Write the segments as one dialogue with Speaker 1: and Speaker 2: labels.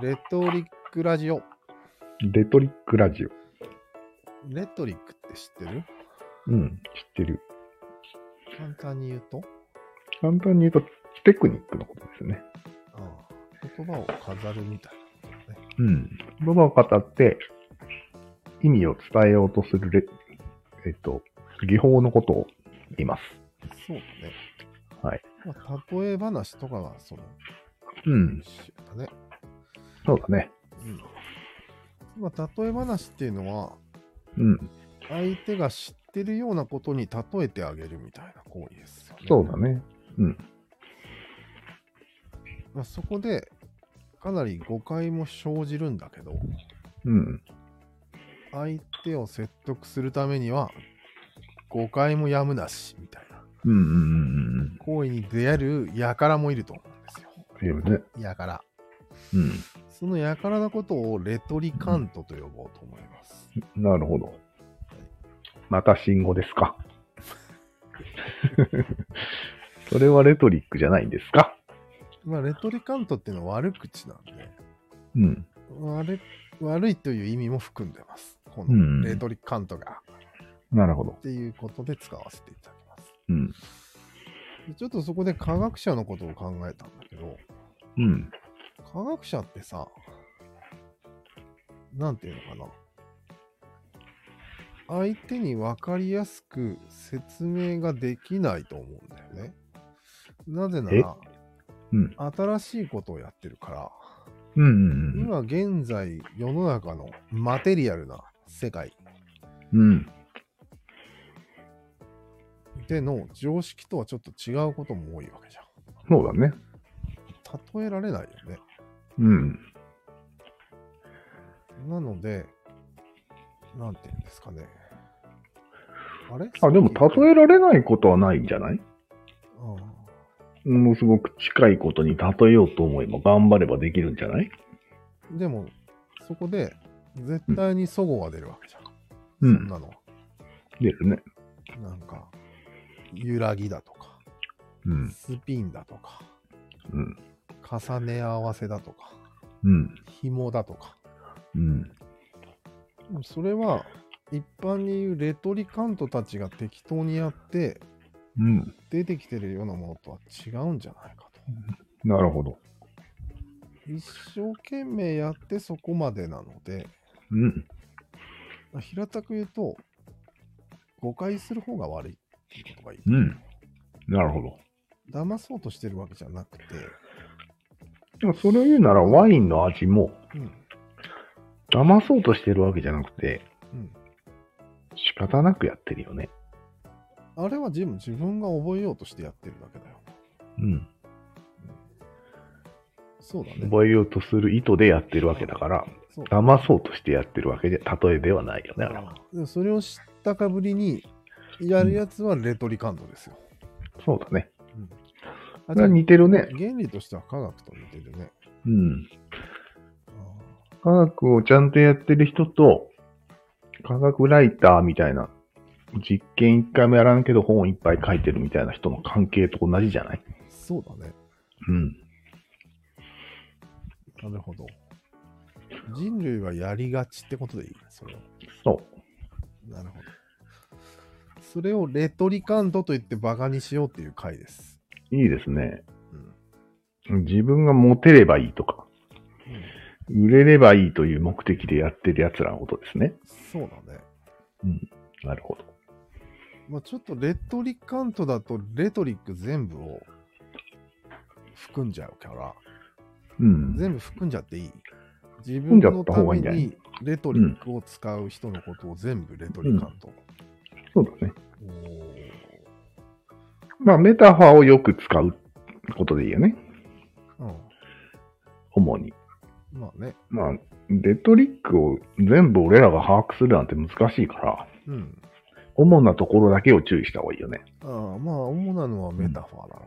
Speaker 1: レトリックラジオ。
Speaker 2: レトリックラジオ。
Speaker 1: レトリックって知ってる
Speaker 2: うん、知ってる。
Speaker 1: 簡単に言うと、
Speaker 2: 簡単に言うと、テクニックのことですね。
Speaker 1: 言葉を飾るみたいな、ね。
Speaker 2: うん。言葉を語って、意味を伝えようとするレ、えっと、技法のことを言います。
Speaker 1: そうね。
Speaker 2: はい。
Speaker 1: まあ、例え話とかは、その、
Speaker 2: うん、
Speaker 1: 一緒だね。
Speaker 2: そうだね。
Speaker 1: うん。まあ、例え話っていうのは、
Speaker 2: うん、
Speaker 1: 相手が知ってるようなことに例えてあげるみたいな行為ですよね。
Speaker 2: そうだね。うん、
Speaker 1: まあ、そこで、かなり誤解も生じるんだけど、
Speaker 2: うん、
Speaker 1: 相手を説得するためには、誤解もやむなし、みたいな。
Speaker 2: うん、うん、うん、うん。
Speaker 1: 行為に出会える輩もいると思うんですよ。
Speaker 2: いいよね。
Speaker 1: 輩。
Speaker 2: う
Speaker 1: その輩のことをレトリカントと呼ぼうと思います。
Speaker 2: ん、なるほど。また信号ですか。 それはレトリックじゃないんですか
Speaker 1: まあ、レトリカントっていうのは悪口なんで、
Speaker 2: うん、
Speaker 1: 悪悪いという意味も含んでます。こ
Speaker 2: う
Speaker 1: の
Speaker 2: ん
Speaker 1: レトリカントが。
Speaker 2: なるほど
Speaker 1: っ。ていうことで使わせていただきます。
Speaker 2: うん、
Speaker 1: でちょっとそこで科学者のことを考えたんだけど、
Speaker 2: うん、
Speaker 1: 科学者ってさ、なんていうのかな。相手に分かりやすく説明ができないと思うんだよね。なぜなら、
Speaker 2: うん、
Speaker 1: 新しいことをやってるから、
Speaker 2: うん、うん、
Speaker 1: 今現在世の中のマテリアルな世界
Speaker 2: うん、
Speaker 1: での常識とはちょっと違うことも多いわけじゃん。
Speaker 2: そうだね。
Speaker 1: 例えられないよね。
Speaker 2: うん、
Speaker 1: なので、なんて言うんですかね。あれ
Speaker 2: あ、でも例えられないことはないんじゃない
Speaker 1: うん
Speaker 2: ものすごく近いことに例えようと思えば頑張ればできるんじゃない
Speaker 1: でも、そこで、絶対に齟齬が出るわけじゃん。
Speaker 2: う
Speaker 1: そん
Speaker 2: ん、
Speaker 1: なのは。
Speaker 2: 出るね。
Speaker 1: なんか、揺らぎだとか、
Speaker 2: うん、
Speaker 1: スピンだとか、
Speaker 2: うん、
Speaker 1: 重ね合わせだとか、
Speaker 2: うん、
Speaker 1: 紐だとか。
Speaker 2: うん、
Speaker 1: それは、一般に言うレトリカントたちが適当にやって、
Speaker 2: うん、
Speaker 1: 出てきてるようなものとは違うんじゃないかと。
Speaker 2: なるほど。
Speaker 1: 一生懸命やってそこまでなので、
Speaker 2: うん、
Speaker 1: まあ平たく言うと、誤解する方が悪いっていうことがいい。
Speaker 2: うん、なるほど。
Speaker 1: 騙そうとしてるわけじゃなくて、
Speaker 2: でもそれを言うならワインの味も
Speaker 1: うん、
Speaker 2: 騙そうとしてるわけじゃなくて
Speaker 1: うん。
Speaker 2: 仕方なくやってるよね。
Speaker 1: あれは自分自分が覚えようとしてやってるだけだよ。
Speaker 2: うん。
Speaker 1: そうだね。
Speaker 2: 覚えようとする意図でやってるわけだから、
Speaker 1: そう
Speaker 2: 騙そうとしてやってるわけで、例えではないよね、あれは。
Speaker 1: でもそれを知ったかぶりに、やるやつはレトリカントですよ。
Speaker 2: そうだね。
Speaker 1: あ
Speaker 2: それは似てるね。
Speaker 1: 原理としては科学と似てるね。
Speaker 2: うん。
Speaker 1: あ
Speaker 2: 科学をちゃんとやってる人と、科学ライターみたいな、実験一回もやらんけど本をいっぱい書いてるみたいな人の関係と同じじゃない
Speaker 1: ーそうだね。
Speaker 2: うん。
Speaker 1: なるほど。人類はやりがちってことでいいそれを。
Speaker 2: そ
Speaker 1: なるほど。それをレトリカントと言ってバカにしようっていう回です。
Speaker 2: う。いいですね。
Speaker 1: うん。
Speaker 2: 自分がモテればいいとか、売れればいいという目的でやってる奴らのことですね。
Speaker 1: そうだね。
Speaker 2: うん。なるほど。
Speaker 1: まあ、ちょっとレトリカントだとレトリック全部を含んじゃうから、
Speaker 2: うん。
Speaker 1: 全部含んじゃっていい。自分
Speaker 2: 含んじゃ
Speaker 1: の
Speaker 2: った
Speaker 1: た
Speaker 2: 方が
Speaker 1: め
Speaker 2: いいんじゃない
Speaker 1: にレトリックを使う人のことを全部レトリカント。
Speaker 2: そうだね。
Speaker 1: おー
Speaker 2: まあ、メタファーをよく使うことでいいよね。
Speaker 1: うん。
Speaker 2: 主に。
Speaker 1: まあね。
Speaker 2: まあ、レトリックを全部俺らが把握するなんて難しいから、
Speaker 1: うん。
Speaker 2: 主なところだけを注意した方がいいよね。
Speaker 1: ああまあ、主なのはメタファーだろ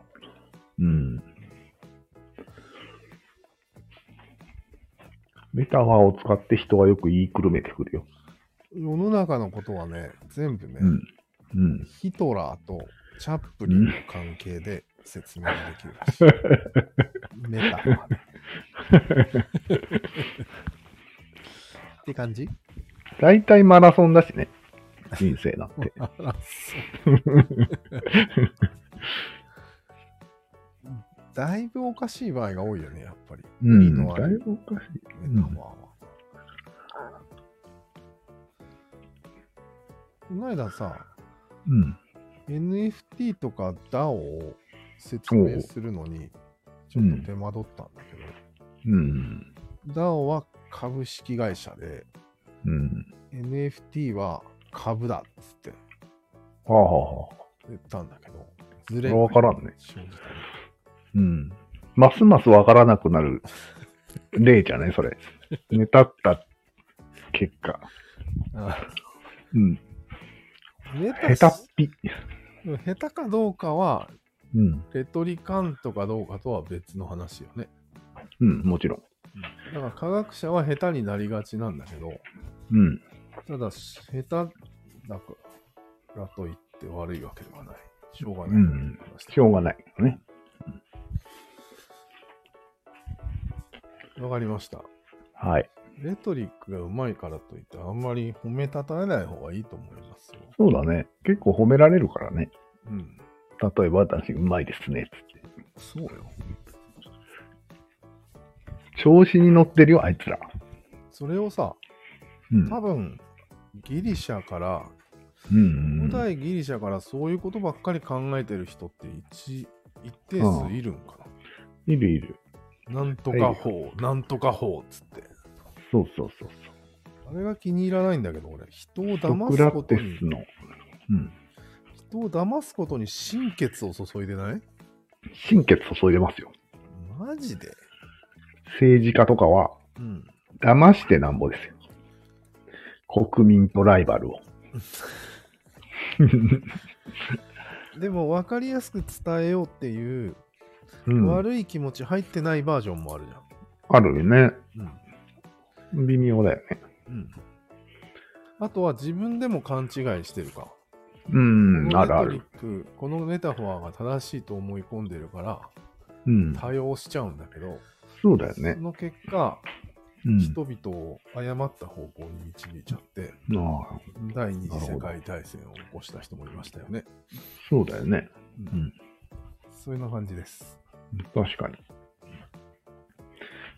Speaker 2: うん。メタファーを使って人はよく言いくるめてくるよ。
Speaker 1: う。世の中のことはね、全部ね、
Speaker 2: うん。うん。
Speaker 1: ヒトラーとチャップ リンの関係で説明ができるらしい。メタファーで。って感じ
Speaker 2: 大体マラソンだ しね。人生なんて。
Speaker 1: あら、そう。だいぶおかしい場合が多いよね、やっぱり。
Speaker 2: う
Speaker 1: いい
Speaker 2: ん。
Speaker 1: のは
Speaker 2: だいぶおかしい。
Speaker 1: メタバーは。この間さ、
Speaker 2: うん。
Speaker 1: NFT とか DAO を説明するのに、ちょっと手間取ったんだけど、
Speaker 2: うん。
Speaker 1: DAO は株式会社で、
Speaker 2: うん。
Speaker 1: NFT は株だっつって
Speaker 2: はあはあはあ。
Speaker 1: 言ったんだけど、ずれ
Speaker 2: わからんね。
Speaker 1: 生じた
Speaker 2: うん。ますますわからなくなる例じゃないそ れ。ネタった結果。うん。
Speaker 1: ね下
Speaker 2: 下手っぴ。
Speaker 1: 手下手かどうかは、
Speaker 2: うん。
Speaker 1: レトリカントかどうかとは別の話よね。
Speaker 2: うん、もちろん。
Speaker 1: だから科学者は下手になりがちなんだけど、
Speaker 2: うん。
Speaker 1: ただ、下手だからといって悪いわけではない。しょうがない。
Speaker 2: うんしょうがないよね。
Speaker 1: わかりました。
Speaker 2: はい。
Speaker 1: レトリックがうまいからといって、あんまり褒めたたえない方がいいと思いますよ。
Speaker 2: そうだね。結構褒められるからね。
Speaker 1: うん。
Speaker 2: 例えば、私、うまいですね。つって。
Speaker 1: そうよ。
Speaker 2: 調子に乗ってるよ、あいつら。
Speaker 1: それをさ、
Speaker 2: うん。
Speaker 1: 多分、ギリシャから、
Speaker 2: うんうん
Speaker 1: 古代ギリシャからそういうことばっかり考えてる人って一一定数いるんか
Speaker 2: いるいる。
Speaker 1: な、なんとか法、なんとか法っつって。
Speaker 2: そうそうそうそ
Speaker 1: あれが気に入らないんだけど、俺、人を
Speaker 2: う。ソ
Speaker 1: 騙
Speaker 2: ク
Speaker 1: す
Speaker 2: ラ
Speaker 1: こと
Speaker 2: テ
Speaker 1: に
Speaker 2: ス、の、うん。
Speaker 1: 人を騙すことに心血を注いでない
Speaker 2: 心血注いでますよ。
Speaker 1: マジで
Speaker 2: 政治家とかは、
Speaker 1: うん。
Speaker 2: 騙してなんぼですよ。国民とライバルを。
Speaker 1: でも分かりやすく伝えようっていう、
Speaker 2: うん、
Speaker 1: 悪い気持ち入ってないバージョンもあるじゃん。
Speaker 2: あるよね。
Speaker 1: うん
Speaker 2: 微妙だよね。
Speaker 1: うん、あとは自分でも勘違いしてるか。
Speaker 2: うん、あるあ
Speaker 1: このレト
Speaker 2: る。
Speaker 1: リックこのメタファーが正しいと思い込んでるから、
Speaker 2: うん、
Speaker 1: 多用しちゃうんだけど、
Speaker 2: そうだよね
Speaker 1: そ。の結果、
Speaker 2: うん、
Speaker 1: 人々を誤った方向に導いちゃって、
Speaker 2: ああ
Speaker 1: 第二次世界大戦を起こした人もいましたよね。
Speaker 2: そうだよね。うん、
Speaker 1: そういうの感じです。
Speaker 2: 確かに。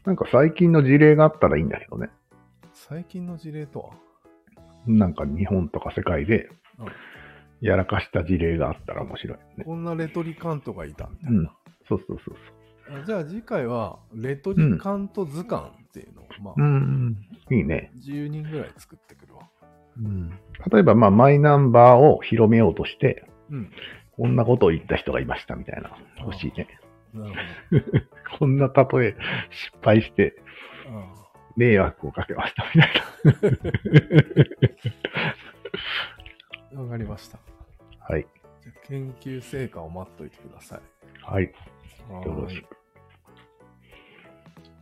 Speaker 2: なんか最近の事例があったらいいんだけどね。
Speaker 1: 最近の事例とは
Speaker 2: なんか日本とか世界で
Speaker 1: うん、
Speaker 2: やらかした事例があったら面白いよね。
Speaker 1: こんなレトリカントがいたみた
Speaker 2: う
Speaker 1: い
Speaker 2: ん
Speaker 1: な。。
Speaker 2: そうそうそう
Speaker 1: あじゃあ次回は、レトリカント図鑑っていうのを、ま
Speaker 2: そう。う
Speaker 1: あ、
Speaker 2: ん。いいね。
Speaker 1: 10人ぐらい作ってくるわ。
Speaker 2: うん。例えば、まあ、マイナンバーを広めようとして、
Speaker 1: うん。
Speaker 2: こんなことを言った人がいましたみたいな。欲しいね。
Speaker 1: なるほど。
Speaker 2: こんな例え失敗して
Speaker 1: あ
Speaker 2: 迷惑をかけましたみたい
Speaker 1: あわかりました。
Speaker 2: な。はい。
Speaker 1: じゃあ研究成果を待っといてください。
Speaker 2: はい。よろ
Speaker 1: はーい
Speaker 2: しく。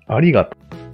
Speaker 2: ありがとう。